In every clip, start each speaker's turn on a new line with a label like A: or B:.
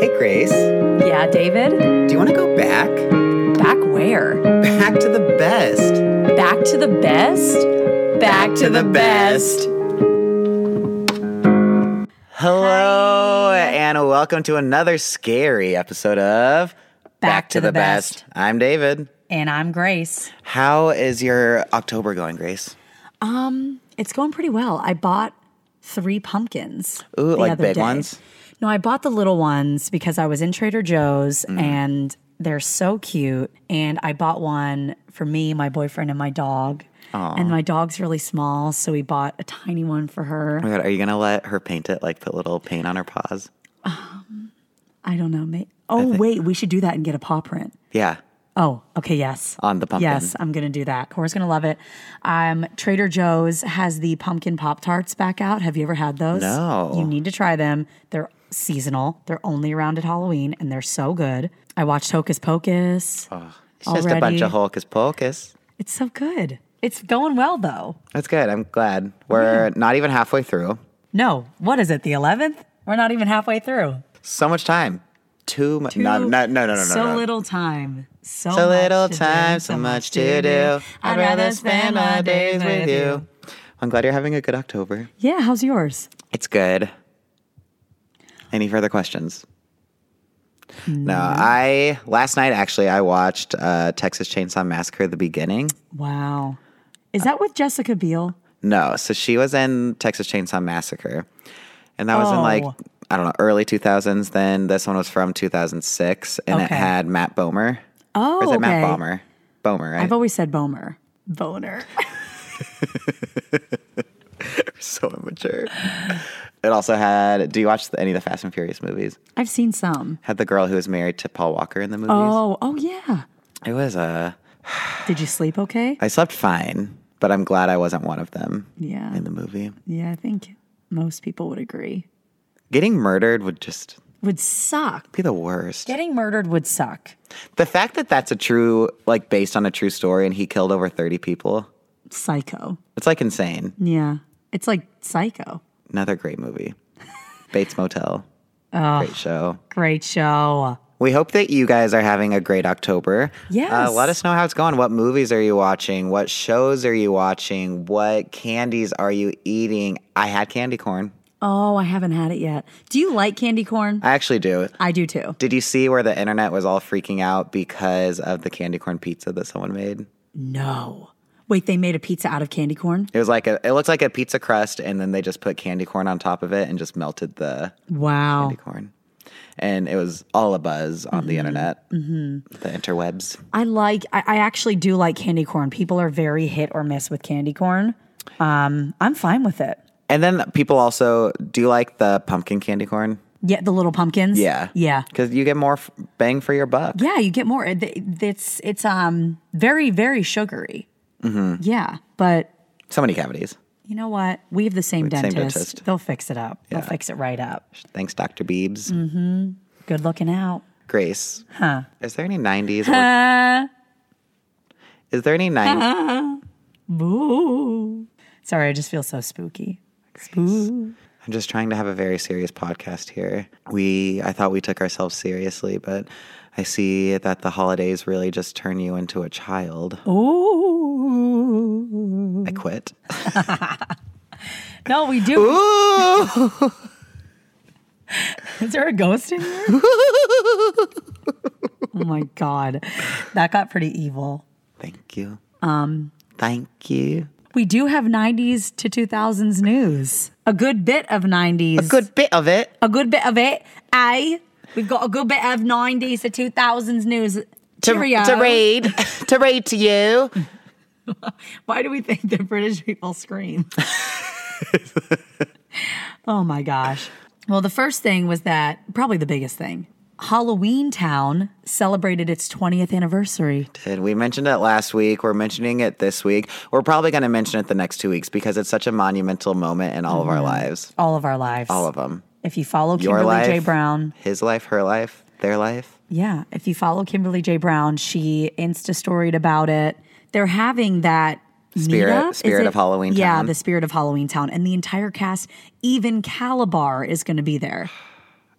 A: Hey, Grace, do
B: Yeah, David?
A: you want to go back?
B: Back where?
A: Back to the best.
B: Back to the best? Back, to, the, best.
A: Hello, and welcome to another scary episode of
B: Back to the Best.
A: I'm David.
B: And I'm Grace.
A: How is your October going, Grace?
B: Um, it's going pretty well. I bought three pumpkins.
A: Ooh,
B: the
A: like
B: other
A: big
B: day.
A: ones?
B: No, I bought the little ones because I was in Trader Joe's and they're so cute. And I bought one for me, my boyfriend, and my dog. And my dog's really small, so we bought a tiny one for her.
A: Oh my God, are you going to let her paint it, like put little paint on her paws?
B: I don't know. May- oh, wait, we should do that and get a paw print.
A: Yeah,
B: Oh, okay, yes.
A: on the pumpkin.
B: Yes, I'm gonna do that. Cora's gonna love it. Um, Trader Joe's has the pumpkin pop tarts back out. Have you ever had those?
A: No.
B: You need to try them. They're seasonal. They're only around at Halloween, and they're so good. I watched Hocus Pocus.
A: It's just a bunch
B: already.
A: of hocus pocus.
B: It's so good. It's going well though.
A: That's good. I'm glad. We're not even halfway through.
B: No, what is it? The 11th? We're not even halfway through.
A: So much time. Too much. No, no,
B: Too-
A: no, no, no, no.
B: So
A: no.
B: little time. So,
A: So
B: much
A: little
B: to do,
A: time, so much to do. I'd rather spend my days with you. I'm glad you're having a good October.
B: Yeah, how's yours?
A: It's good. Any further questions? No, I last night actually I watched uh, Texas Chainsaw Massacre: The Beginning.
B: Wow. Is that with Jessica Biel?
A: No, so she was in Texas Chainsaw Massacre, and that was in like
B: Oh.
A: I don't know early 2000s. Then this one was from 2006, and it
B: Okay.
A: had Matt Bomer.
B: Oh,
A: or is it Matt
B: okay.
A: Bomer? Bomer, right?
B: I've always said Bomer. Boner.
A: so immature. It also had. Do you watch any of the Fast and Furious movies?
B: I've seen some.
A: Had the girl who was married to Paul Walker in the movies.
B: Oh, oh yeah.
A: It was Uh,
B: Did you sleep okay?
A: I slept fine, but I'm glad I wasn't one of them.
B: Yeah.
A: In the movie,
B: Yeah, I think most people would agree.
A: getting murdered would just
B: Would suck.
A: be the worst.
B: Getting murdered would suck.
A: the fact that that's a true, like, based on a true story, and he killed over 30 people.
B: Psycho.
A: It's like insane.
B: Yeah. It's like psycho.
A: Another great movie. Bates Motel. Great show.
B: Great show.
A: We hope that you guys are having a great October. Uh,
B: Yes.
A: let us know how it's going. What movies are you watching? What shows are you watching? What candies are you eating? I had candy corn.
B: Oh, I haven't had it yet. Do you like candy corn?
A: I actually do.
B: I do too.
A: Did you see where the internet was all freaking out because of the candy corn pizza that someone made?
B: No. Wait, they made a pizza out of candy corn?
A: It was like a, it looks like a pizza crust, and then they just put candy corn on top of it and just melted the
B: Wow.
A: candy corn. And it was all a buzz on the internet, the interwebs.
B: I like. I, I actually do like candy corn. People are very hit or miss with candy corn. Um, I'm fine with it.
A: And then people also do you like the pumpkin candy corn.
B: Yeah, the little pumpkins.
A: Yeah.
B: yeah,
A: Because you get more f- bang for your buck.
B: yeah. You get more. It- it- It's it's um very very sugary.
A: Mm-hmm.
B: Yeah, but
A: So many cavities.
B: you know what? We have the same,
A: same
B: dentist.
A: dentist.
B: They'll fix it up. They'll fix it right up.
A: Thanks, Dr. Beebs.
B: Mm. Good looking out.
A: Grace. Huh. Is there any 90s? Or- is there any 90s?
B: Ooh. Sorry, I just feel so spooky. Spook.
A: I'm just trying to have a very serious podcast here. We, I thought we took ourselves seriously, but I see that the holidays really just turn you into a child.
B: Oh. Ooh.
A: I quit.
B: No, we do.
A: Ooh!
B: Is there a ghost in here? Oh my God. That got pretty evil.
A: Thank you. Um. Thank you.
B: We do have 90s to 2000s news. A good bit of 90s. A
A: Good bit of it.
B: good bit of it. A. We've got a good bit of 90s to 2000s news.
A: To,
B: Cheerio.
A: to read. to read to you.
B: Why do we think the British people scream? oh my gosh. Well, the first thing was that, probably the biggest thing, Halloween Town celebrated its 20th anniversary.
A: And we mentioned it last week. We're mentioning it this week. We're probably going to mention it the next two weeks because it's such a monumental moment in all of our lives.
B: All of our lives.
A: All of them.
B: If you follow
A: Your
B: Mm-hmm. Kimberly
A: life.
B: J. Brown,
A: His life, her life, their life.
B: yeah. If you follow Kimberly J. Brown, she Insta storied about it. They're having that
A: Spirit-
B: meetup, is
A: Spirit
B: it?
A: of Halloween
B: Yeah,
A: Town.
B: the Spirit of Halloween Town, and the entire cast, even Calabar, is going to be there.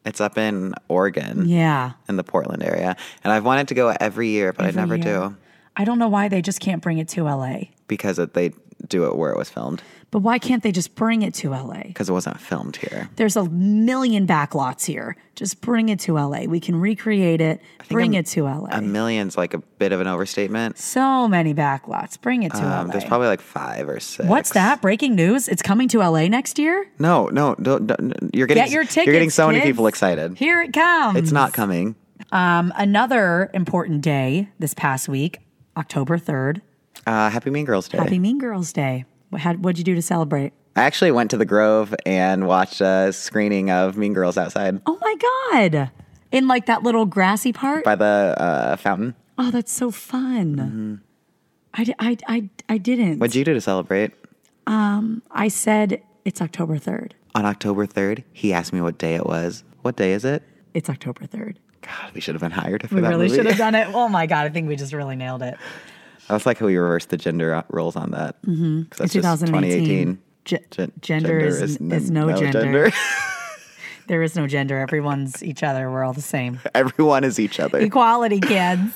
A: It's up in Oregon,
B: Yeah.
A: in the Portland area. And I've wanted to go every year, but I
B: Every
A: never
B: year.
A: do
B: I don't know why they just can't bring it to LA.
A: because it, they do it where it was filmed
B: But why can't they just bring it to LA?
A: because it wasn't filmed here.
B: There's a million backlots here. Just bring it to LA. We can recreate it. Bring
A: I'm-
B: it to LA.
A: A million's like a bit of an overstatement.
B: so many backlots. Bring it to
A: Um,
B: LA.
A: there's probably like five or six.
B: What's that? Breaking news? It's coming to LA next year?
A: No, no, don't, don't- you're getting
B: Get your tickets.
A: You're getting so many
B: kids. Hmm.
A: people excited.
B: Here it comes.
A: Mm. It's not coming.
B: Um, another important day this past week, October 3rd,
A: Uh, Happy Mean Girls Day.
B: Happy Mean Girls Day. What had, what'd you do to celebrate?
A: I actually went to the Grove and watched a screening of Mean Girls outside
B: Oh my God. In like that little grassy part?
A: by the uh, fountain.
B: Oh, that's so fun. I, di- I, I, I didn't.
A: Mm-hmm. What'd you do to celebrate?
B: I said it's October 3rd.
A: On October 3rd, he asked me what day it was. What day is it?
B: It's October 3rd.
A: God, we should have been hired for
B: We
A: that
B: really
A: movie.
B: should have done it. Oh my God. I think we just really nailed it.
A: I was like how we reversed the gender uh, roles on that. Mm-hmm. That's just
B: 2018.
A: 2018.
B: Ge-
A: Gen-
B: gender, is, is,
A: n-
B: no, gender. There is no gender. Everyone's each other. We're all the same.
A: Everyone is each other.
B: Equality, kids.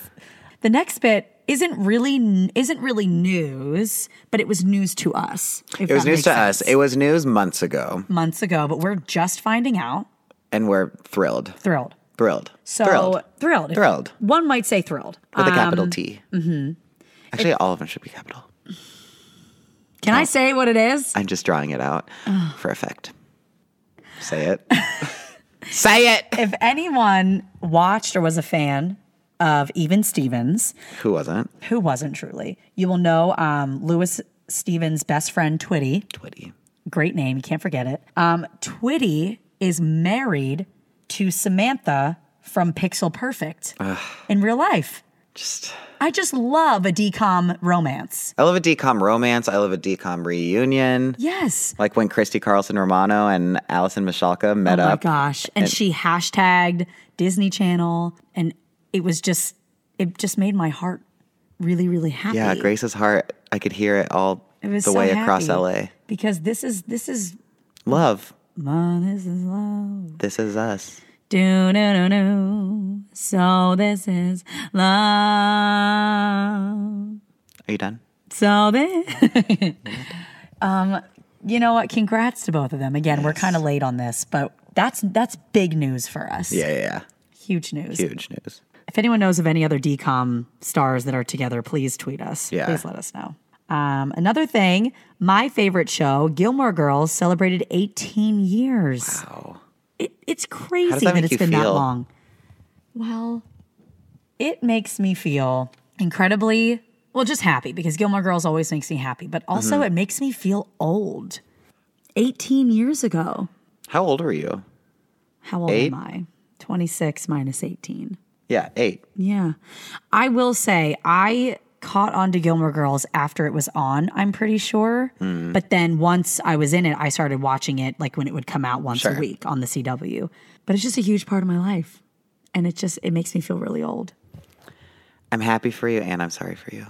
B: The next bit isn't really isn't really news, but it was news to us.
A: It was news to us. It was news months ago,
B: months ago, but we're just finding out.
A: and we're thrilled.
B: Thrilled.
A: Thrilled.
B: So
A: thrilled.
B: thrilled.
A: Thrilled.
B: One might say thrilled.
A: With a capital
B: Um,
A: T. Mm-hmm. Actually, all of them should be capital.
B: Can I say what it is?
A: I'm just drawing it out for effect. Say it. Say it.
B: If anyone watched or was a fan of Even Stevens,
A: Who wasn't?
B: who wasn't truly, you will know um, Lewis Stevens' best friend Twitty.
A: Twitty.
B: great name. You can't forget it. Um, Twitty is married to Samantha from Pixel Perfect in real life.
A: Just.
B: I just love a decom romance.
A: I love a decom romance. I love a decom reunion.
B: Yes.
A: Like when Christy Carlson Romano and Allison Michalka met
B: Oh my
A: up.
B: gosh. And she hashtagged Disney Channel and it was just it just made my heart really, really happy.
A: Yeah, Grace's heart. I could hear it all
B: It was
A: the
B: so
A: way across
B: happy
A: LA.
B: Because this is this is
A: Love.
B: oh, this is love.
A: This is us.
B: Do do do do. So this is love.
A: Are you done?
B: So this. um, you know what? Congrats to both of them. Again, we're kind of late on this, but that's that's big news for us.
A: Yeah, yeah, yeah.
B: Huge news.
A: Huge news.
B: If anyone knows of any other DCOM stars that are together, please tweet us.
A: Yeah.
B: Please let us know. Um, another thing, my favorite show, Gilmore Girls, celebrated 18 years.
A: Wow.
B: It, it's crazy
A: that
B: that
A: make
B: it's
A: you
B: been that
A: feel?
B: long. Well, it makes me feel incredibly, well, just happy because Gilmore Girls always makes me happy, but
A: Mm-hmm.
B: also it makes me feel old. 18 years ago.
A: How old were you?
B: How old
A: Eight?
B: am I? 26 minus 18.
A: Yeah, eight.
B: Yeah. I will say, I caught on to Gilmore Girls after it was on, I'm pretty sure.
A: Hmm.
B: But then once I was in it, I started watching it like when it would come out once a
A: Sure.
B: week on the CW. But it's just a huge part of my life. And it just, it makes me feel really old.
A: I'm happy for you and I'm sorry for you.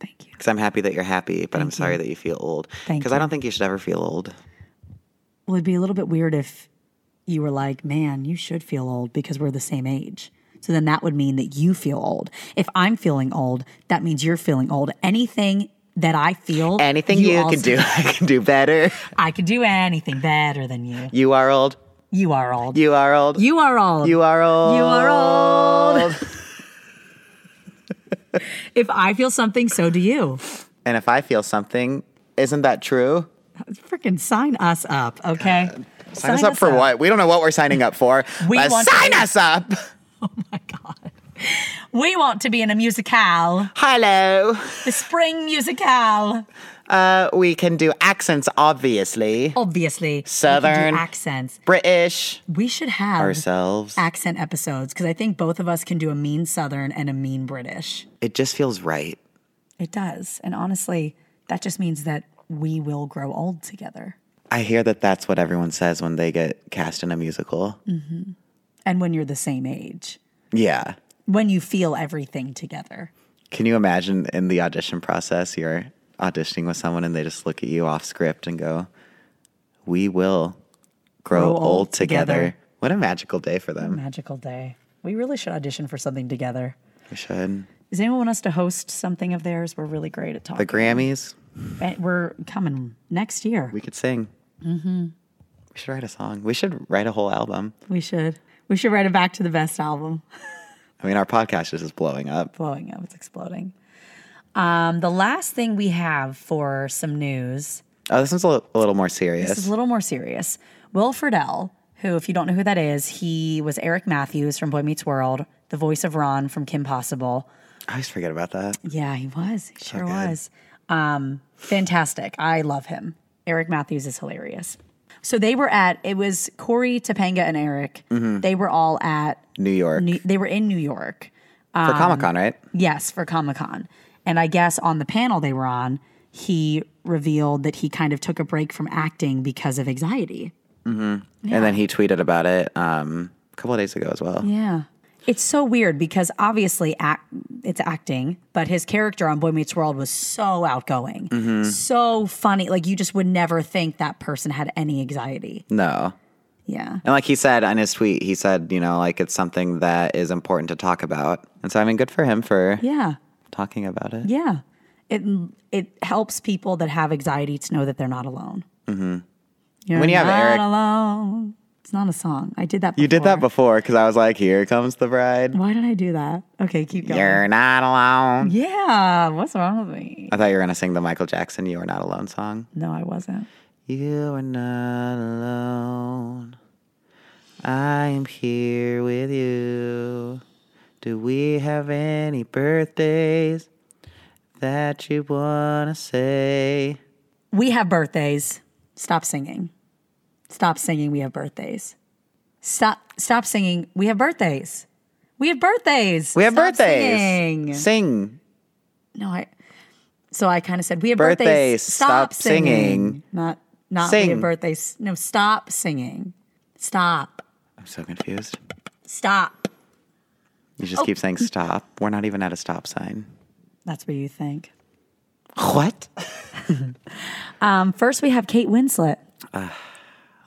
B: Thank you.
A: Because I'm happy that you're happy, but I'm sorry that you feel old.
B: Thank
A: Because I don't think you should ever feel old.
B: Well, it'd be a little bit weird if you were like, man, you should feel old because we're the same age. So then that would mean that you feel old. If I'm feeling old, that means you're feeling old. Anything that I feel,
A: Anything you,
B: also-
A: can do, I can do better.
B: I could do anything better than you.
A: You are old.
B: You are old.
A: You are old.
B: You are old.
A: You are old.
B: You are old. if I feel something, so do you.
A: And if I feel something, isn't that true?
B: Freaking sign us up, okay?
A: Sign, us up for what? We don't know what we're signing up for.
B: We
A: but
B: want to
A: sign
B: be-
A: us up.
B: My God. We want to be in a musicale,
A: Hello.
B: the spring musicale.
A: Uh, we can do accents, obviously.
B: Obviously, we can do
A: Southern.
B: accents.
A: British.
B: We should have
A: Ourselves.
B: accent episodes because I think both of us can do a mean Southern and a mean British.
A: It just feels right.
B: It does, and honestly, that just means that we will grow old together.
A: I hear that that's what everyone says when they get cast in a musical.
B: Mm. and when you're the same age,
A: Yeah.
B: when you feel everything together.
A: Can you imagine in the audition process, you're auditioning with someone and they just look at you off script and go, We will grow,
B: Grow
A: old,
B: old
A: together.
B: together.
A: What What a magical day for them.
B: Magical day. We really should audition for something together.
A: We should.
B: Does anyone want us to host something of theirs? We're really great at
A: The
B: talking.
A: Grammys,
B: And We're coming next year.
A: we could sing. Mm-hmm. We should write a song. We should write a whole album.
B: We should. We should write it back to the best album.
A: I mean, our podcast is just blowing up.
B: Blowing up. It's exploding. Um, the last thing we have for some news
A: Oh, this one's a, li- a little more serious.
B: This is a little more serious. Will Friedle, who, if you don't know who that is, he was Eric Matthews from Boy Meets World, the voice of Ron from Kim Possible.
A: I always forget about that.
B: Yeah, he was. He sure
A: good.
B: was. Um, fantastic. I love him. Eric Matthews is hilarious. So they were at, it was Corey, Topanga, and Eric. They were all at,
A: New York
B: New, they were in New York.
A: for Comic Con, right?
B: Yes, for Comic Con. And I guess on the panel they were on, he revealed that he kind of took a break from acting because of anxiety.
A: And then he tweeted about it um, a couple of days ago as well.
B: Yeah. It's so weird because obviously act, it's acting, but his character on Boy Meets World was so outgoing,
A: Mm-hmm.
B: so funny. Like you just would never think that person had any anxiety.
A: No.
B: Yeah.
A: And like he said on his tweet, he said, you know, like it's something that is important to talk about. And so, I mean, good for him for
B: Yeah.
A: talking about it.
B: Yeah. It it helps people that have anxiety to know that they're not alone. Mm-hmm. You're
A: When you have
B: not
A: Eric-
B: alone. It's not a song. I did that. Before.
A: You did that before because I was like, here comes the bride.
B: Why did I do that? Okay, keep going.
A: You're not alone.
B: Yeah. What's wrong with me?
A: I thought you were going to sing the Michael Jackson You Are Not Alone song.
B: No, I wasn't.
A: You are not alone. I am here with you. Do we have any birthdays that you want to say?
B: We have birthdays. Stop singing. Stop singing. We have birthdays. Stop. Stop singing. We have birthdays. We have birthdays.
A: We have
B: Stop
A: birthdays.
B: singing.
A: Sing.
B: No, I. So I kind of said we have birthdays.
A: Birthdays. Stop singing.
B: Not. Not we
A: Sing.
B: have birthdays. No. Stop singing. Stop.
A: I'm so confused.
B: Stop.
A: You
B: Oh.
A: just keep saying stop. We're not even at a stop sign.
B: That's what you think.
A: What?
B: Um, first, we have Kate Winslet.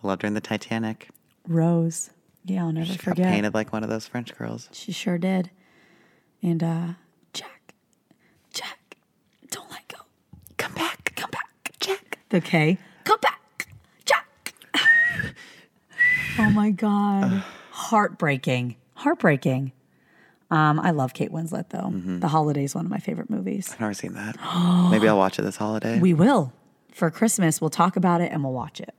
A: Loved her in the Titanic.
B: Rose. Yeah, I'll never
A: She got
B: forget.
A: painted like one of those French girls.
B: She sure did. And uh Jack, Jack, don't let go. Come back, come back, Jack. The K. Come back, Jack. oh my God. Heartbreaking. Heartbreaking. Um, I love Kate Winslet though. The Holiday's one of my favorite movies.
A: I've never seen that. Maybe I'll watch it this holiday.
B: We will. For Christmas, we'll talk about it and we'll watch it.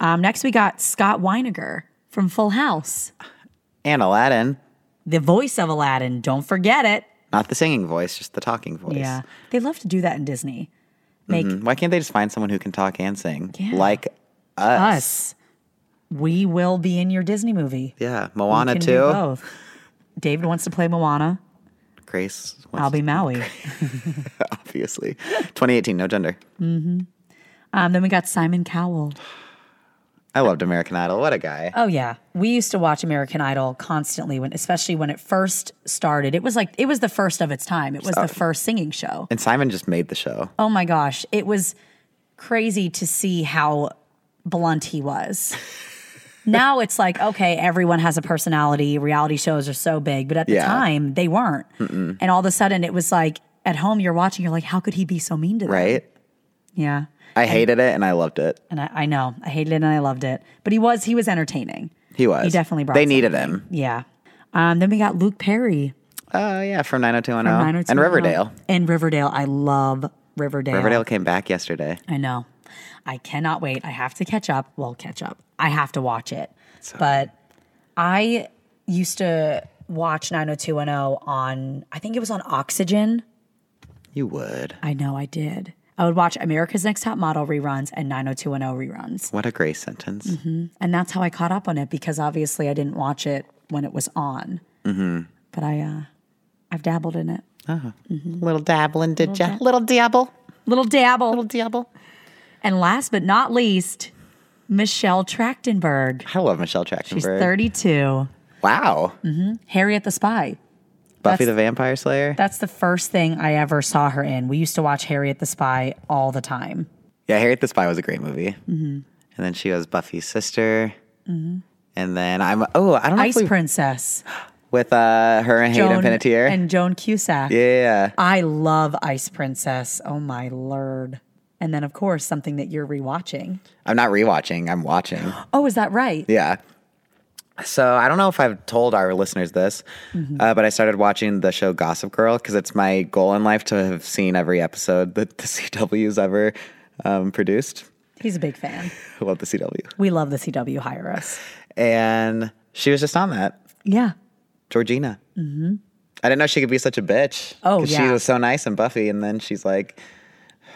B: Um, next, we got Scott Weiniger from Full House,
A: and Aladdin.
B: the voice of Aladdin. Don't forget it.
A: Not the singing voice, just the talking voice. Mm,
B: Yeah. They love to do that in Disney. Make
A: Why can't they just find someone who can talk and sing?
B: Yeah.
A: Like us.
B: us. We will be in your Disney movie.
A: Yeah. Moana
B: Can do
A: too.
B: both. David wants to play Moana.
A: Grace
B: I'll
A: wants
B: be Maui.
A: obviously. 2018, no gender.
B: Um, then we got Simon Cowell.
A: I loved American Idol. What a guy.
B: Oh yeah, we used to watch American Idol constantly when, especially when it first started. It was like it was the first of its time. It was the first singing show.
A: And Simon just made the show.
B: Oh my gosh, it was crazy to see how blunt he was. now it's like, okay, everyone has a personality. Reality shows are so big, but at the
A: Yeah.
B: time they weren't. And all of a sudden it was like at home you're watching, you're like, how could he be so mean to them?
A: Right?
B: Yeah.
A: I hated it and I loved it.
B: And I, I know. I hated it and I loved it. But he was he was entertaining.
A: He was.
B: He definitely brought
A: They needed
B: something.
A: him.
B: Yeah. Um, then we got Luke Perry.
A: Oh, yeah. From 90210.
B: Nine oh
A: and Riverdale.
B: And Riverdale. I love Riverdale.
A: Riverdale came back yesterday.
B: I know. I cannot wait. I have to catch up. Well, catch up. I have to watch it. but I used to watch 90210 on, I think it was on Oxygen.
A: You would.
B: I know I did. I would watch America's Next Top Model reruns and 90210 reruns.
A: What a Grace sentence.
B: And that's how I caught up on it because obviously I didn't watch it when it was on. But I, uh, I've dabbled in it.
A: Little dabbling, did ya? Little dabble.
B: Little dabble.
A: Little dabble.
B: And last but not least, Michelle Trachtenberg.
A: I love Michelle Trachtenberg.
B: She's 32.
A: Wow.
B: Harriet the Spy.
A: Buffy the Vampire Slayer.
B: That's the first thing I ever saw her in. We used to watch Harriet the Spy all the time. Mm-hmm.
A: Yeah, Harriet the Spy was a great movie. And then she was Buffy's sister. And then I'm oh I don't know if
B: Ice
A: we-
B: Princess.
A: with uh, her and Hayden
B: Joan
A: Panettiere.
B: and Joan Cusack.
A: yeah,
B: I love Ice Princess. Oh my lord. And then of course something that you're rewatching.
A: I'm not rewatching. I'm watching.
B: Oh, is that right?
A: Yeah. So I don't know if I've told our listeners this,
B: Mm-hmm.
A: uh, but I started watching the show Gossip Girl because it's my goal in life to have seen every episode that the CW's ever um, produced.
B: He's a big fan.
A: I love the CW.
B: We love the CW hire us.
A: And she was just on that,
B: Yeah.
A: Georgina. Mm-hmm. I didn't know she could be such a bitch.
B: Oh,
A: 'cause She
B: yeah.
A: was so nice and Buffy, and then she's like,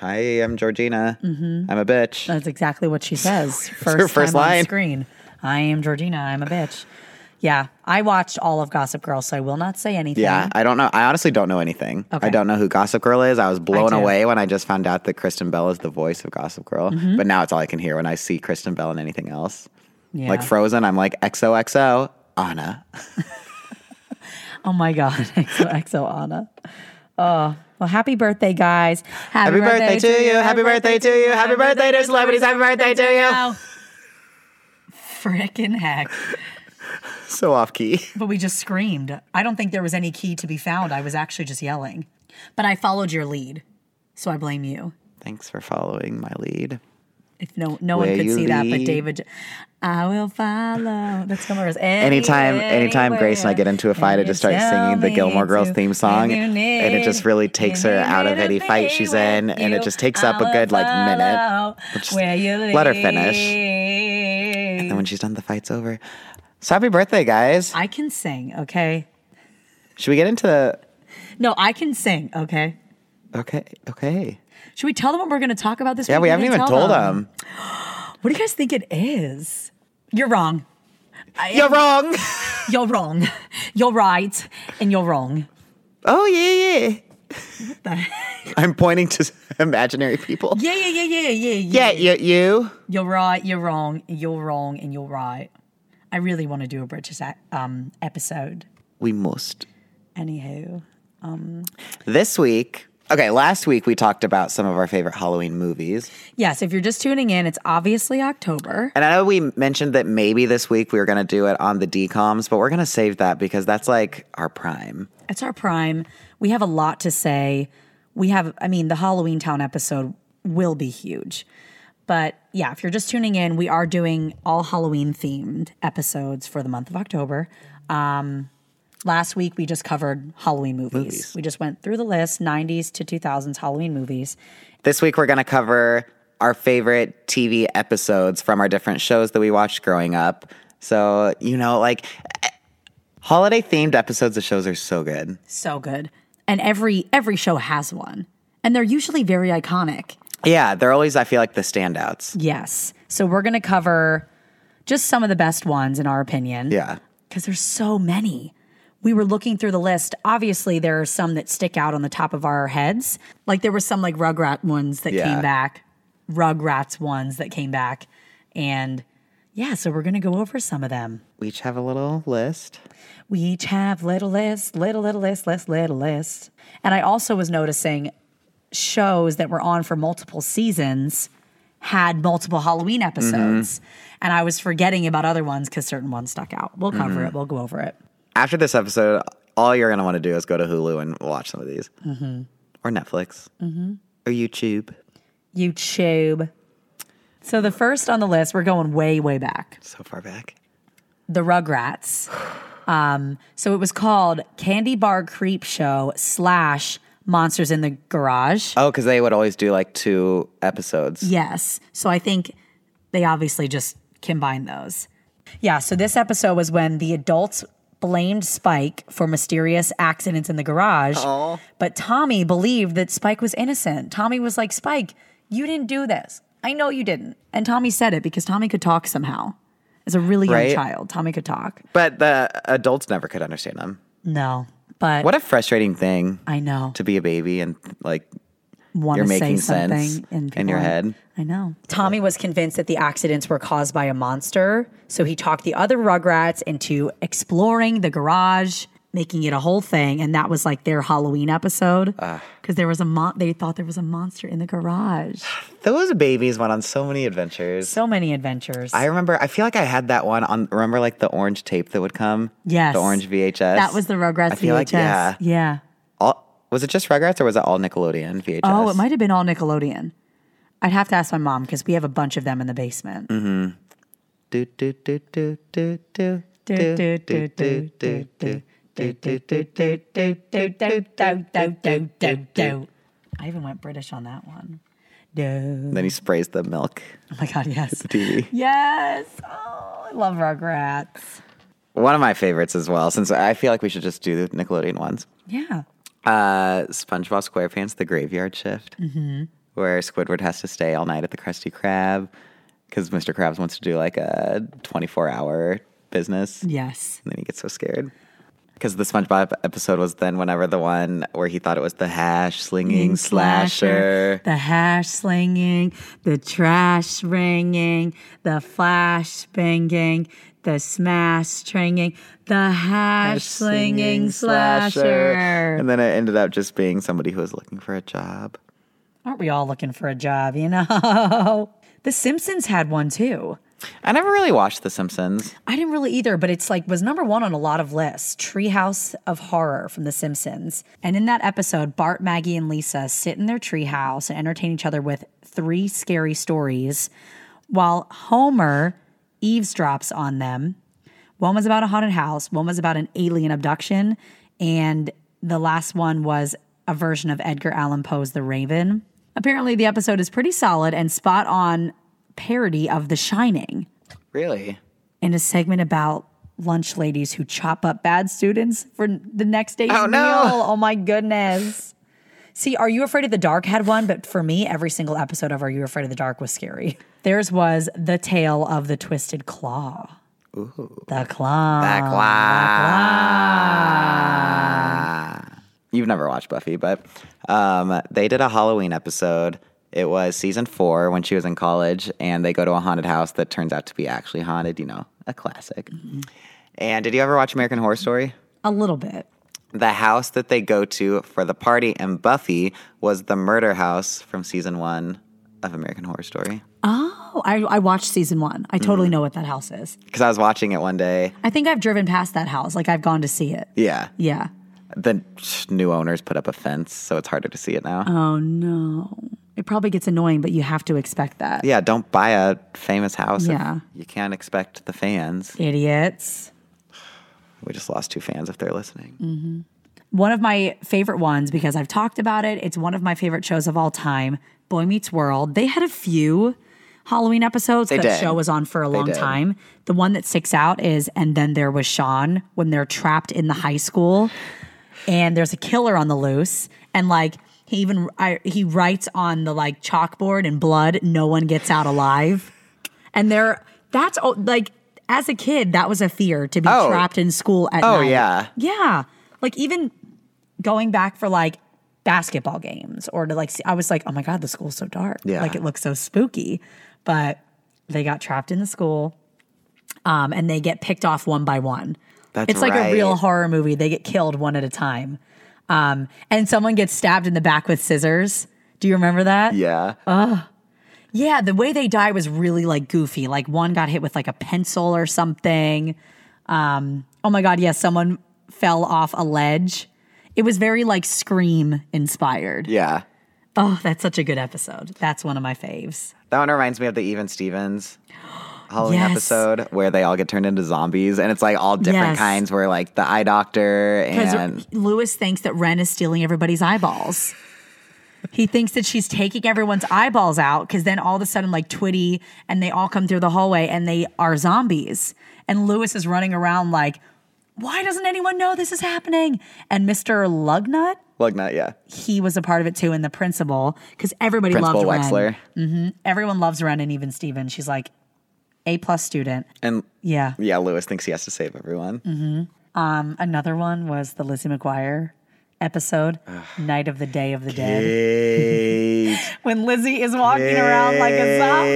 A: "Hi, I'm Georgina.
B: Mm-hmm.
A: I'm a bitch."
B: That's exactly what she says. First,
A: her first
B: time on
A: line.
B: screen. I am Georgina. I'm a bitch. Yeah. I watched all of Gossip Girl, so I will not say anything.
A: Yeah, I don't know. I honestly don't know anything. I
B: Okay.
A: don't know who Gossip Girl is. I was blown
B: do.
A: away when I just found out that Kristen Bell is the voice of Gossip Girl. But now it's all I can hear when I see Kristen Bell in anything else.
B: Yeah.
A: Like Frozen, I'm like XOXO Anna.
B: Oh my God. XOXO Anna. Oh, well, happy birthday, guys.
A: Happy birthday to you. Happy birthday to you. Happy birthday to celebrities. Happy birthday to you.
B: Oh. Frickin' heck.
A: So off key.
B: But we just screamed. I don't think there was any key to be found. I was actually just yelling. But I followed your lead. So I blame you.
A: Thanks for following my lead.
B: If no no
A: Where
B: one could
A: you
B: see that, but
A: lead.
B: David I will follow. That's Gilmore Girls.
A: Anytime, anytime Grace and I get into a fight, I just start singing the Gilmore Girls theme song, and it just really takes her out of any fight she's in, and it just takes up a good like minute. Just let her finish.
B: finish.
A: And when she's done, the fight's over. So happy birthday, guys!
B: I can sing, okay?
A: Should we get into the?
B: No, I can sing, okay?
A: Okay, okay.
B: Should we tell them what we're going to talk about this
A: Yeah,
B: week?
A: we haven't
B: didn't
A: even
B: tell
A: told them.
B: What do you guys think it is? You're wrong. I-
A: You're wrong.
B: You're wrong. You're right, and you're wrong.
A: Oh yeah, yeah. I'm pointing to imaginary people.
B: Yeah, yeah, yeah, yeah,
A: Yeah,
B: yeah,
A: you, you.
B: You're right. You're wrong. You're wrong, and you're right. I really want to do a British ac- um, episode.
A: We must.
B: Anywho,
A: This week. Okay, last week we talked about some of our favorite Halloween movies.
B: yes. If you're just tuning in, it's obviously October.
A: And I know we mentioned that maybe this week we were going to do it on the DCOMs, but we're going to save that because that's like our prime.
B: It's our prime. We have a lot to say. We have, I mean, the Halloween Town episode will be huge. But yeah, if you're just tuning in, we are doing all Halloween themed episodes for the month of October. Um, last week, we just covered Halloween movies. We just went through the list 90s to 2000s Halloween movies.
A: This week we're going to cover our favorite TV episodes from our different shows that we watched growing up. So, you know, like holiday themed episodes of shows are so good.
B: So good. And every every show has one. And they're usually very iconic.
A: Yeah, they're always, I feel like, the standouts.
B: Yes. So we're going to cover just some of the best ones in our opinion.
A: Yeah.
B: because there's so many. We were looking through the list. Obviously, there are some that stick out on the top of our heads. Like there were some like Rugrat ones that
A: Yeah.
B: came back, Rugrats ones that came back, and yeah. So we're gonna go over some of them.
A: We each have a little list.
B: We each have little list, little little list, list little list. And I also was noticing shows that were on for multiple seasons had multiple Halloween episodes, and I was forgetting about other ones because certain ones stuck out. We'll cover it. We'll go over it.
A: After this episode, all you're going to want to do is go to Hulu and watch some of these, mm-hmm. or Netflix, mm-hmm. or YouTube.
B: YouTube. So the first on the list, we're going way, way back.
A: So far back.
B: The Rugrats. Um, so it was called Candy Bar Creep Show slash Monsters in the Garage.
A: Oh, because they would always do like two episodes.
B: Yes. So I think they obviously just combined those. Yeah. So this episode was when the adults blamed Spike for mysterious accidents in the garage. But Tommy believed that Spike was innocent. Tommy was like, Spike, you didn't do this. I know you didn't. And Tommy said it because Tommy could talk somehow. As a really young
A: Right.
B: child, Tommy could talk.
A: But the adults never could understand them.
B: No. But
A: What a frustrating thing
B: I know.
A: to be a baby and like
B: want
A: You're
B: to say
A: making
B: something
A: sense
B: and
A: in
B: people
A: your
B: aren't.
A: head.
B: I know. Tommy was convinced that the accidents were caused by a monster, so he talked the other Rugrats into exploring the garage. making it a whole thing, and that was like their Halloween episode
A: Ah.
B: because there was a mon- they thought there was a monster in the garage.
A: Those babies went on so many adventures.
B: So many adventures.
A: I remember. I feel like I had that one on. Remember, like the orange tape that would come.
B: Yes.
A: The orange VHS.
B: that was the Rugrats
A: I feel
B: VHS.
A: like, yeah.
B: yeah.
A: All, was it just Rugrats or was it all Nickelodeon VHS?
B: Oh, it might have been all Nickelodeon. I'd have to ask my mom because we have a bunch of them in the basement.
A: Do do do do do do.
B: Do, do, do, do, do, do, do, do, do, do, do, do, do, do, do, do, do, do. I even went British on that one. Do.
A: And then he sprays the milk.
B: Oh my God, yes.
A: TV.
B: Yes. Oh, I love Rugrats.
A: One of my favorites as well, since I feel like we should just do the Nickelodeon ones.
B: Yeah.
A: Uh, SpongeBob SquarePants: The Graveyard Shift,
B: Mm-hmm.
A: where Squidward has to stay all night at the Krusty Krab because Mr. Krabs wants to do like a 24-hour business.
B: Yes.
A: And then he gets so scared. Because the SpongeBob episode was then whenever the one where he thought it was the hash slinging slasher.
B: The hash slinging, the trash ringing, the flash banging, the smash stringing, the hash slinging slasher.
A: And then it ended up just being somebody who was looking for a job.
B: Aren't we all looking for a job, you know? The Simpsons had one too.
A: I never really watched The Simpsons.
B: I didn't really either, but it's like was number one on a lot of lists. Treehouse of Horror from The Simpsons. And in that episode, Bart, Maggie, and Lisa sit in their treehouse and entertain each other with three scary stories while Homer eavesdrops on them. One was about a haunted house, one was about an alien abduction, and the last one was a version of Edgar Allan Poe's The Raven. Apparently, the episode is pretty solid and spot on parody of The Shining
A: Really?
B: in a segment about lunch ladies who chop up bad students for the next day's
A: Oh,
B: meal.
A: no.
B: Oh my goodness. See, Are You Afraid of the Dark had one, but for me, every single episode of Are You Afraid of the Dark was scary. Theirs was The Tale of the Twisted Claw. The claw.
A: You've never watched Buffy, but um, they did a Halloween episode. It was season four when she was in college, and they go to a haunted house that turns out to be actually haunted, you know, a classic. And did you ever watch American Horror Story?
B: A little bit.
A: The house that they go to for the party and Buffy was the murder house from season one of American Horror Story.
B: Oh, I, I watched season one. I
A: Mm.
B: totally know what that house is.
A: Because I was watching it one day.
B: I think I've driven past that house. Like I've gone to see it.
A: Yeah.
B: Yeah.
A: The new owners put up a fence, so it's harder to see it now.
B: Oh, no. It probably gets annoying, but you have to expect that.
A: yeah, don't buy a famous house. if
B: Yeah.
A: You can't expect the fans.
B: Idiots.
A: We just lost two fans if they're listening.
B: Mm. One of my favorite ones because I've talked about it. It's one of my favorite shows of all time, Boy Meets World. They had a few Halloween episodes. that
A: did.
B: show was on for a long
A: did.
B: time. The one that sticks out is And Then There Was Sean when they're trapped in the high school and there's a killer on the loose and like he even I, he writes on the like chalkboard in blood no one gets out alive. And they're that's all like as a kid that was a fear to be
A: Oh.
B: trapped in school at
A: Oh,
B: night.
A: yeah.
B: Yeah. Like even going back for like basketball games or to like see, I was like, oh my God, the school's so dark.
A: Yeah.
B: Like it looks so spooky. But they got trapped in the school um, and they get picked off one by one.
A: That's
B: it's like a real
A: right.
B: horror movie. They get killed one at a time. Um, and someone gets stabbed in the back with scissors. Do you remember that?
A: Yeah.
B: Uh. Yeah, the way they die was really like goofy. Like one got hit with like a pencil or something. Um, oh my god, yes, someone fell off a ledge. It was very like Scream inspired.
A: yeah.
B: Oh, that's such a good episode. That's one of my faves.
A: That one reminds me of the Even Stevens Halloween
B: Yes.
A: episode where they all get turned into zombies and it's like all different
B: Yes.
A: kinds where like the eye doctor and
B: Because Lewis thinks that Ren is stealing everybody's eyeballs. he thinks that she's taking everyone's eyeballs out because then all of a sudden, like Twitty and they all come through the hallway and they are zombies. And Lewis is running around like, why doesn't anyone know this is happening? And Mr. Lugnut,
A: Lugnut, yeah.
B: he was a part of it too, and the principal, because everybody
A: Principal
B: loved
A: Wexler.
B: Ren. Everyone loves Ren and even Steven. She's like, A plus student.
A: And
B: Yeah. Um,
A: yeah, Lewis thinks he has to save everyone.
B: Another one was the Lizzie McGuire episode, Night of the Day of the Dead.
A: Eight.
B: When Lizzie is walking around like a zombie.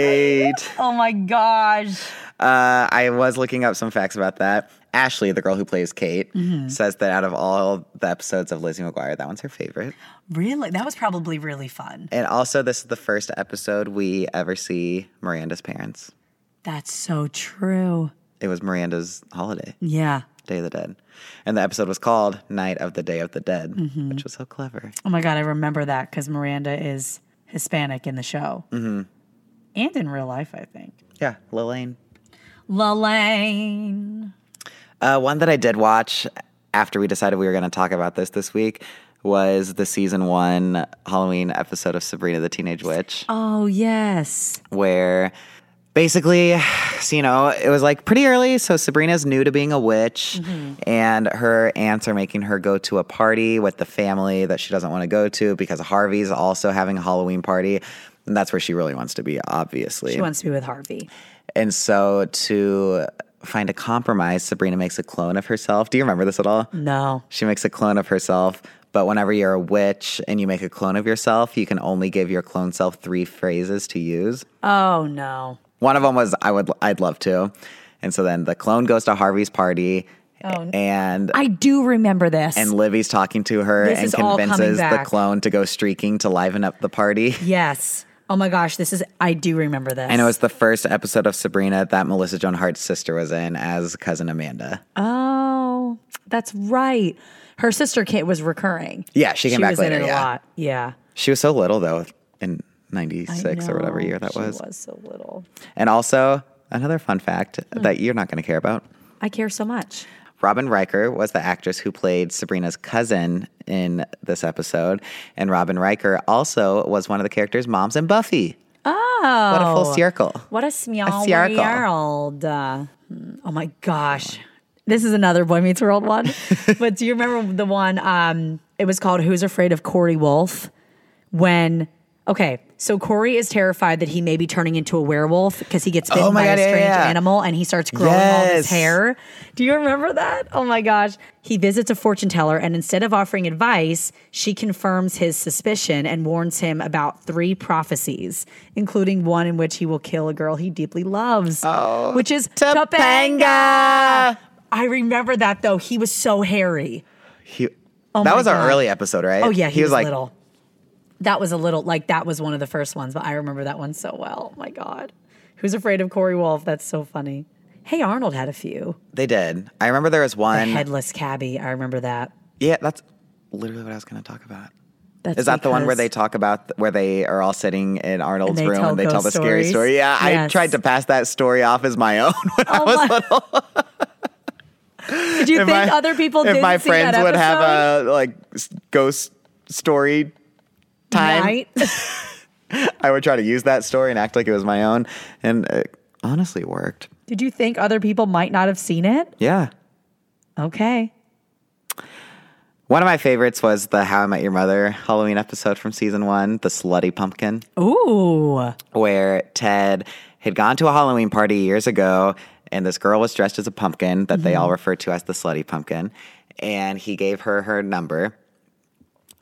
A: Eight.
B: Oh my gosh.
A: Uh, I was looking up some facts about that. Ashley, the girl who plays Kate,
B: Mm-hmm.
A: says that out of all the episodes of Lizzie McGuire, that one's her favorite.
B: Really? That was probably really fun.
A: And also, this is the first episode we ever see Miranda's parents.
B: That's so true.
A: It was Miranda's holiday,
B: Yeah.
A: Day of the Dead. And the episode was called Night of the Day of the Dead,
B: Mm-hmm.
A: which was so clever.
B: Oh my God, I remember that because Miranda is Hispanic in the show and in real life, I think.
A: Yeah, Lillane.
B: Lalaine.
A: Uh, one that I did watch after we decided we were going to talk about this this week was the season one Halloween episode of Sabrina the Teenage Witch,
B: Oh, yes.
A: where basically, so, you know, it was like pretty early. So Sabrina's new to being a witch,
B: Mm-hmm.
A: and her aunts are making her go to a party with the family that she doesn't want to go to because Harvey's also having a Halloween party. And that's where she really wants to be, obviously.
B: She wants to be with Harvey.
A: And so to find a compromise, Sabrina makes a clone of herself. Do you remember this at all?
B: No.
A: She makes a clone of herself, but whenever you're a witch and you make a clone of yourself, you can only give your clone self three phrases to use.
B: Oh, no.
A: One of them was I would I'd love to. And so then the clone goes to Harvey's party
B: Oh.
A: and
B: I do remember this.
A: and Livy's talking to her
B: This
A: and
B: is all coming
A: convinces the
B: back.
A: clone to go streaking to liven up the party.
B: yes. Oh my gosh, this is, I do remember this.
A: And it was the first episode of Sabrina that Melissa Joan Hart's sister was in as cousin Amanda.
B: Oh, that's right. Her sister Kate was recurring.
A: Yeah, she came
B: she
A: back
B: was
A: later.
B: in it
A: yeah.
B: a lot. Yeah.
A: She was so little though in 96 or
B: No,
A: whatever year that
B: she
A: was.
B: was so little.
A: And also, another fun fact
B: Hmm.
A: that you're not going to care about
B: I care so much.
A: Robin Riker was the actress who played Sabrina's cousin in this episode. And Robin Riker also was one of the characters' moms in Buffy.
B: Oh,
A: What a full circle.
B: What a small
A: circle.
B: world. Uh, oh my gosh. This is another Boy Meets World one. but do you remember the one? Um, it was called Who's Afraid of Corey Wolf? When, okay, so Corey is terrified that he may be turning into a werewolf because he gets bitten
A: Oh my
B: by
A: God,
B: a
A: yeah,
B: strange
A: yeah.
B: animal and he starts growing all
A: Yes.
B: his hair. Do you remember that? Oh my gosh. He visits a fortune teller and instead of offering advice, she confirms his suspicion and warns him about three prophecies, including one in which he will kill a girl he deeply loves, oh, which is Topanga. I remember that though. He was so hairy.
A: He,
B: Oh
A: that
B: my
A: was our
B: God.
A: early episode, right?
B: Oh yeah, he, was,
A: like,
B: little. That was a little like that was one of the first ones, but I remember that one so well. Oh my God, who's afraid of Corey Wolf? That's so funny. Hey Arnold had a few.
A: They did. I remember there was
B: The
A: one.
B: headless cabbie. I remember that.
A: yeah, that's literally what I was going to talk about.
B: That's
A: Is that the one where they
B: because-
A: talk about where they are all sitting in Arnold's
B: And they
A: room
B: tell
A: and they tell the
B: ghost
A: scary
B: stories?
A: story? Yeah, I
B: Yes.
A: tried to pass that story off as my own when I
B: Oh
A: was
B: my-
A: little.
B: Did you
A: If
B: think
A: my-
B: other people?
A: If
B: didn't
A: my
B: see
A: friends
B: that
A: would
B: episode?
A: have a like s- ghost story time,
B: Right?
A: I would try to use that story and act like it was my own, and it honestly worked.
B: Did you think other people might not have seen it?
A: Yeah.
B: Okay.
A: One of my favorites was the How I Met Your Mother Halloween episode from season one, the slutty pumpkin.
B: Ooh.
A: where Ted had gone to a Halloween party years ago, and this girl was dressed as a pumpkin that they all refer to as the slutty pumpkin. And he gave her her number.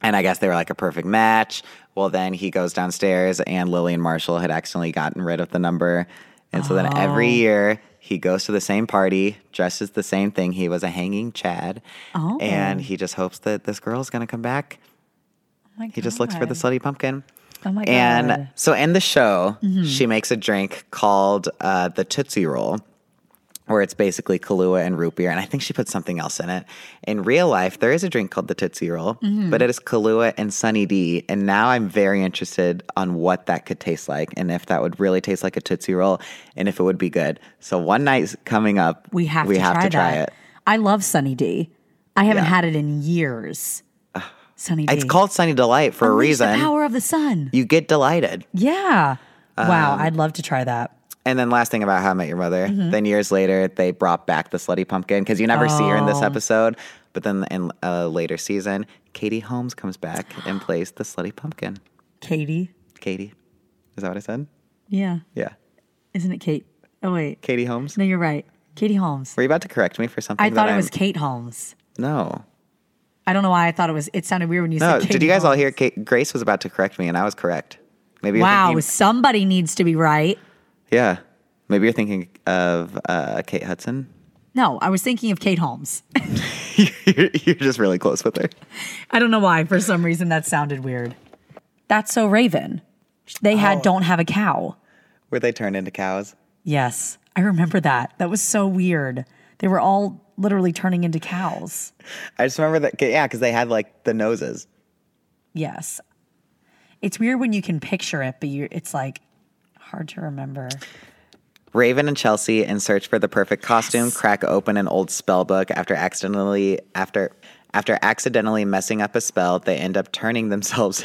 A: And I guess they were like a perfect match. Well, then he goes downstairs, and Lily and Marshall had accidentally gotten rid of the number. And so then every year he goes to the same party, dresses the same thing. He was a hanging Chad.
B: Oh.
A: And he just hopes that this girl's gonna come back.
B: Oh my
A: He just looks for the
B: God.
A: slutty pumpkin.
B: Oh my
A: And
B: God.
A: so in the show,
B: Mm-hmm.
A: she makes a drink called uh, the Tootsie Roll, where it's basically Kahlua and root beer. And I think she put something else in it. In real life, there is a drink called the Tootsie Roll,
B: Mm-hmm.
A: but it is Kahlua and Sunny D. And now I'm very interested on what that could taste like and if that would really taste like a Tootsie Roll and if it would be good. So one night's coming up,
B: We have
A: we
B: to
A: have
B: try
A: to try
B: that.
A: it.
B: I love Sunny D. I haven't
A: Yeah.
B: had it in years. Sunny D.
A: It's called Sunny Delight for
B: Unleash
A: a
B: The
A: reason.
B: power of the sun.
A: You get delighted.
B: Yeah. Wow.
A: Um,
B: I'd love to try that.
A: And then last thing about How I Met Your Mother.
B: Mm-hmm.
A: Then years later, they brought back the slutty pumpkin because you never see her in
B: Oh.
A: this episode. But then in a later season, Katie Holmes comes back and plays the slutty pumpkin.
B: Katie.
A: Katie, is that what I said?
B: Yeah.
A: Yeah,
B: Isn't it Kate? Oh wait.
A: Katie Holmes.
B: No, you're right. Katie Holmes.
A: Were you about to correct me for something?
B: I thought
A: that
B: it
A: I'm-
B: was Kate Holmes.
A: No,
B: I don't know why I thought it was. It sounded weird when you
A: no.
B: said. Katie
A: Did you guys all
B: Holmes.
A: hear? Kate, Grace was about to correct me, and I was correct. Maybe. You're
B: Wow.
A: Thinking,
B: Somebody needs to be right.
A: yeah. Maybe you're thinking of uh, Kate Hudson.
B: No, I was thinking of Kate Holmes.
A: you're, you're just really close with her.
B: I don't know why. For some reason, that sounded weird. That's so Raven. They
A: Oh.
B: had don't have a cow.
A: Where they turn into cows.
B: Yes, I remember that. That was so weird. They were all literally turning into cows.
A: I just remember that. 'cause- Yeah, because they had like the noses.
B: Yes, it's weird when you can picture it, but you it's like hard to remember.
A: Raven and Chelsea in search for the perfect costume crack open an old spell book after accidentally after after accidentally messing up a spell they end up turning themselves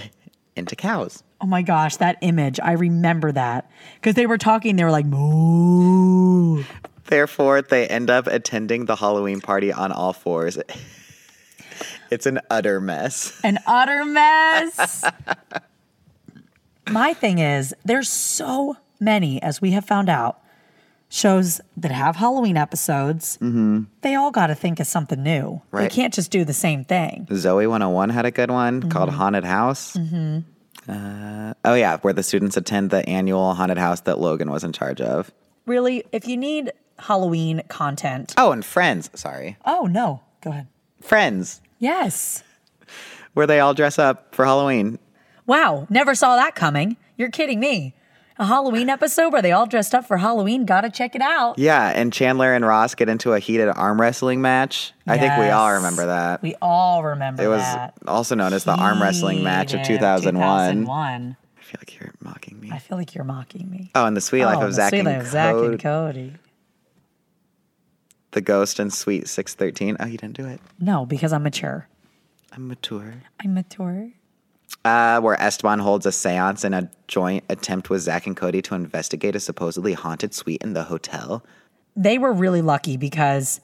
A: into cows.
B: Oh my gosh, that image! I remember that because they were talking. They were like moo.
A: Therefore, they end up attending the Halloween party on all fours. It's an utter mess.
B: an utter mess. My thing is, there's so many, as we have found out, shows that have Halloween episodes. They all got to think of something new.
A: Mm-hmm. Right.
B: They can't just do the same thing.
A: Zoe 101 had a good one called Haunted House. Uh, oh, yeah, where the students attend the annual haunted house that Logan was in charge of.
B: Really, if you need Halloween content,
A: Oh, and Friends. Sorry.
B: oh no, go ahead.
A: Friends,
B: Yes.
A: where they all dress up for Halloween
B: Wow, never saw that coming. You're kidding me. A Halloween episode where they all dressed up for Halloween. Gotta check it out.
A: Yeah, and Chandler and Ross get into a heated arm wrestling match. I think we all
B: Yes.
A: remember that.
B: We all remember
A: it was
B: that.
A: also known as the arm wrestling match of
B: Heated
A: 2001.
B: 2001.
A: I feel like you're mocking me.
B: I feel like you're mocking me.
A: Oh, and the sweet life
B: Oh,
A: of
B: the
A: Zach,
B: Sweet
A: and,
B: Life of Zack
A: Code,
B: and Cody.
A: the ghost and sweet 613. Oh, you didn't do it.
B: No, because I'm mature.
A: I'm mature.
B: I'm mature.
A: Uh, where Esteban holds a seance in a joint attempt with Zach and Cody to investigate a supposedly haunted suite in the hotel.
B: They were really lucky because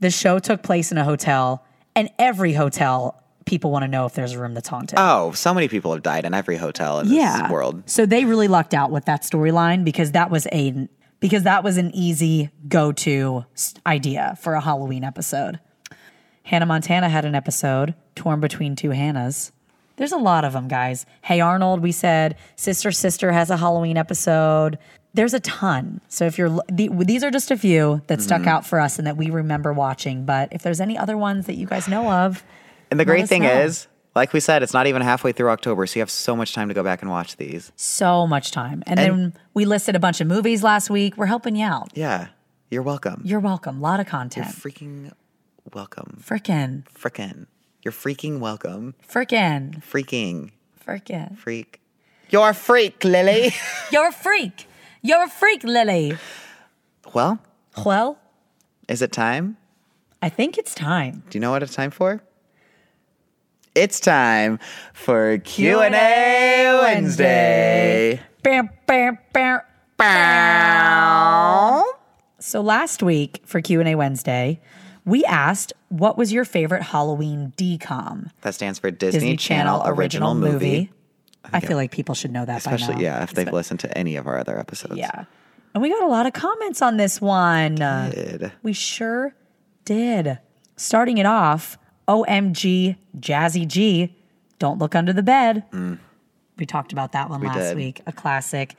B: the show took place in a hotel, and every hotel people want to know if there's a room that's haunted.
A: Oh, so many people have died in every hotel in this world.
B: So they really lucked out with that storyline because that was a because that was an easy go-to s- idea for a Halloween episode. Hannah Montana had an episode torn between two Hannahs. There's a lot of them, guys. Hey Arnold, we said Sister Sister has a Halloween episode. There's a ton. So if you're l- the, these are just a few that
A: Mm-hmm.
B: stuck out for us and that we remember watching, but if there's any other ones that you guys know of,
A: And the great
B: us
A: thing
B: know.
A: is, like we said, it's not even halfway through October, so you have so much time to go back and watch these.
B: so much time. And, then we listed a bunch of movies last week. We're helping you out.
A: Yeah, you're welcome.
B: You're welcome. A lot of content.
A: freaking welcome.
B: Frickin',
A: Frickin'. You're freaking welcome.
B: frickin',
A: Freaking.
B: frickin'.
A: Freak. You're a freak, Lily.
B: You're a freak. You're a freak, Lily.
A: well,
B: Well,
A: is it time?
B: I think it's time.
A: Do you know what it's time for? It's time for Q&A Wednesday.
B: Bam, bam, bam, So last week for Q&A Wednesday, we asked what was your favorite Halloween DCOM?
A: That stands for Disney, Channel, Original, Movie.
B: I, feel like people should know that by
A: Especially,
B: now.
A: yeah, if they've listened to any of our other episodes.
B: Yeah. And we got a lot of comments on this one. Uh,
A: Good.
B: We sure did. Starting it off, OMG Jazzy G, Don't Look Under the Bed. We talked about that one last
A: Mm. did.
B: week, a classic.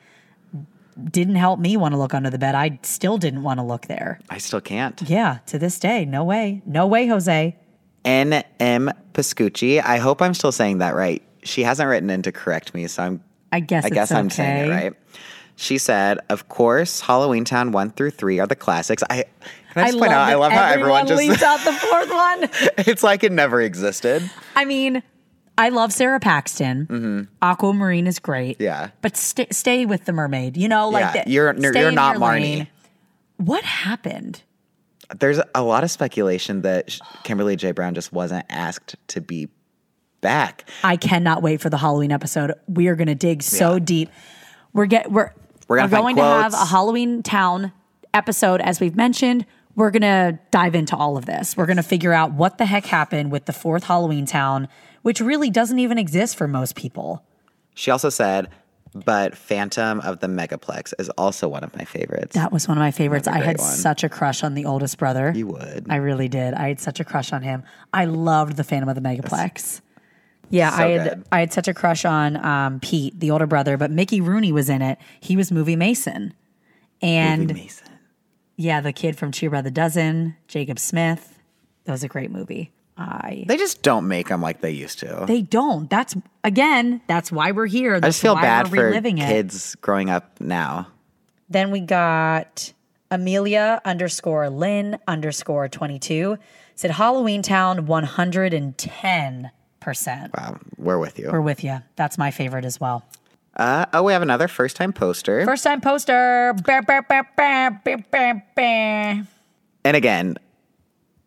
B: Didn't help me want to look under the bed. I still didn't want to look there.
A: I still can't.
B: Yeah, to this day, no way. No way, Jose.
A: N.M. Pascucci. I hope I'm still saying that right. She hasn't written in to correct me, so I'm,
B: I guess
A: I
B: it's
A: guess
B: okay.
A: I'm saying it right. She said, "Of course, Halloween Town one through three are the classics." I can I
B: I
A: just
B: love,
A: point out, I
B: that
A: love how everyone
B: leaves
A: just—it's
B: out the fourth one.
A: like it never existed.
B: I mean, I love Sarah Paxton. Aquamarine is great.
A: Mm-hmm. Yeah.
B: But st- stay with the mermaid. You know, like
A: Yeah,
B: the-
A: you're- you're-
B: stay
A: you're
B: in
A: not
B: your
A: Marnie.
B: lane. What happened?
A: There's a lot of speculation that sh- Kimberly J. Brown just wasn't asked to be back.
B: I cannot wait for the Halloween episode. We are going to dig so deep. We're get we're
A: We're gonna find
B: going to have a
A: quotes.
B: Halloween town episode as we've mentioned. We're going to dive into all of this. We're going to figure out what the heck happened with the fourth Halloween town, which really doesn't even exist for most people.
A: She also said, "But Phantom of the Megaplex is also one of my favorites."
B: That was one of my favorites. I had
A: great one.
B: such a crush on the oldest brother.
A: you would.
B: I really did. I had such a crush on him. I loved the Phantom of the Megaplex. Yeah, I had
A: good.
B: I had such a crush on um, Pete, the older brother, but Mickey Rooney was in it. He was Movie Mason, and
A: Mason.
B: yeah, the kid from Cheer by the Dozen, Jacob Smith. That was a great movie. I
A: They just don't make them like they used to.
B: they don't. That's again, that's why we're here.
A: I
B: That's
A: just feel
B: why
A: bad
B: we're
A: for
B: reliving it.
A: kids growing up now.
B: Then we got Amelia underscore Lynn underscore 22 said Halloween Town 110%.
A: Wow, Um, we're with you.
B: We're with you. That's my favorite as well.
A: Uh, oh, we have another first time poster.
B: First time poster. Bah, bah, bah, bah, bah, bah, bah.
A: and again,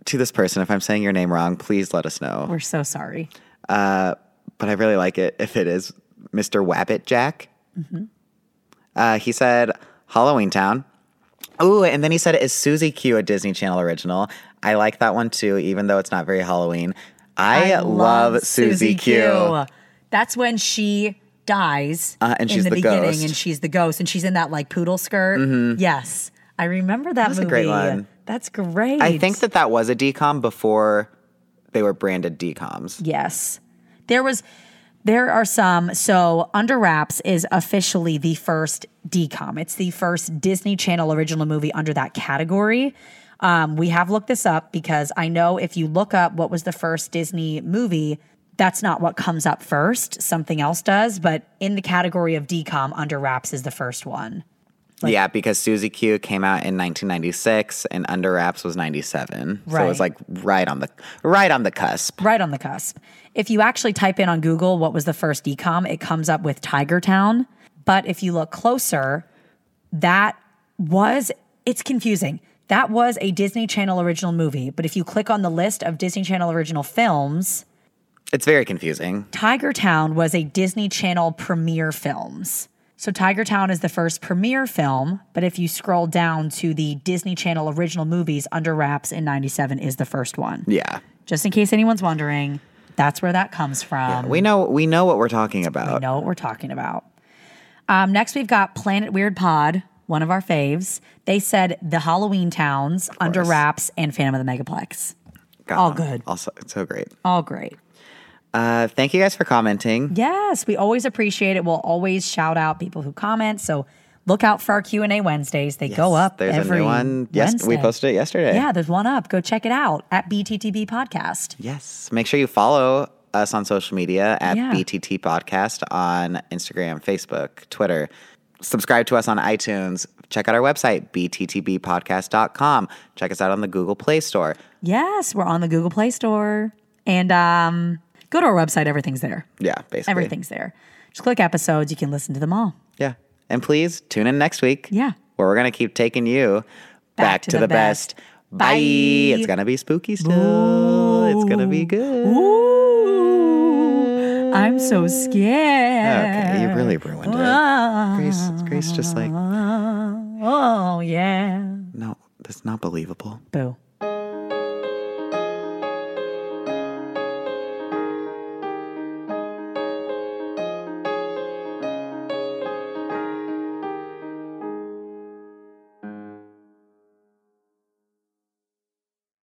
A: to this person, if I'm saying your name wrong, please let us know.
B: We're so sorry.
A: but I really like it if it is Mr. Wabbit Jack. Uh, he said Halloween Town. Ooh, and then he said, "Is Susie Q a Disney Channel original?" I like that one too, even though it's not very Halloween. I, love, Susie Q.
B: That's when she dies
A: Uh, and
B: in
A: she's
B: the,
A: the
B: beginning
A: ghost.
B: and she's the ghost and she's in that like poodle skirt. Yes. I remember that
A: was a
B: movie.
A: great one.
B: That's great.
A: I think that that was a decom before they were branded decoms.
B: Yes. There was there are some so Under Wraps is officially the first DCOM. It's the first Disney Channel original movie under that category. Um, we have looked this up because I know if you look up what was the first Disney movie, that's not what comes up first. Something else does, but in the category of DCOM, Under Wraps is the first one.
A: yeah, because Susie Q came out in 1996 and Under Wraps was 97. So it was
B: Right.
A: like right on the right on the cusp.
B: Right on the cusp. If you actually type in on Google what was the first decom, it comes up with Tiger Town. But if you look closer, that was, it's confusing. That was a Disney Channel original movie. But if you click on the list of Disney Channel original films,
A: It's very confusing.
B: Tiger Town was a Disney Channel premiere films. So Tiger Town is the first premiere film, but if you scroll down to the Disney Channel original movies, Under Wraps in 97 is the first one
A: Yeah.
B: just in case anyone's wondering, that's where that comes from.
A: We know we know what we're talking
B: we
A: about.
B: know what we're talking about. Um, next, we've got Planet Weird Pod, one of our faves. They said the Halloween Towns, Under Wraps, and Phantom of the Megaplex.
A: God,
B: All good.
A: Also, it's so great.
B: All great.
A: Uh, thank you guys for commenting.
B: Yes, we always appreciate it. We'll always shout out people who comment. So look out for our Q and A Wednesdays. They go up
A: There's
B: every
A: a new one. Yes,
B: Wednesday.
A: we posted it yesterday.
B: Yeah, there's one up. Go check it out at BTTB Podcast.
A: Yes. Make sure you follow us on social media at
B: Yeah.
A: BTT Podcast on Instagram, Facebook, Twitter. Subscribe to us on iTunes. Check out our website, bttbpodcast.com. Check us out on the Google Play Store.
B: Yes, we're on the Google Play Store. And um, go to our website. Everything's there.
A: Yeah, basically.
B: Everything's there. Just click episodes. You can listen to them all.
A: Yeah. And please tune in next week.
B: Yeah.
A: Where we're going to keep taking you back, to, the, best. Bye.
B: Bye.
A: It's going to be spooky still. It's going to be good.
B: Ooh, I'm so scared.
A: Okay, you really ruined it.
B: Oh,
A: Grace, Grace just like,
B: oh yeah.
A: no, that's not believable.
B: Boo.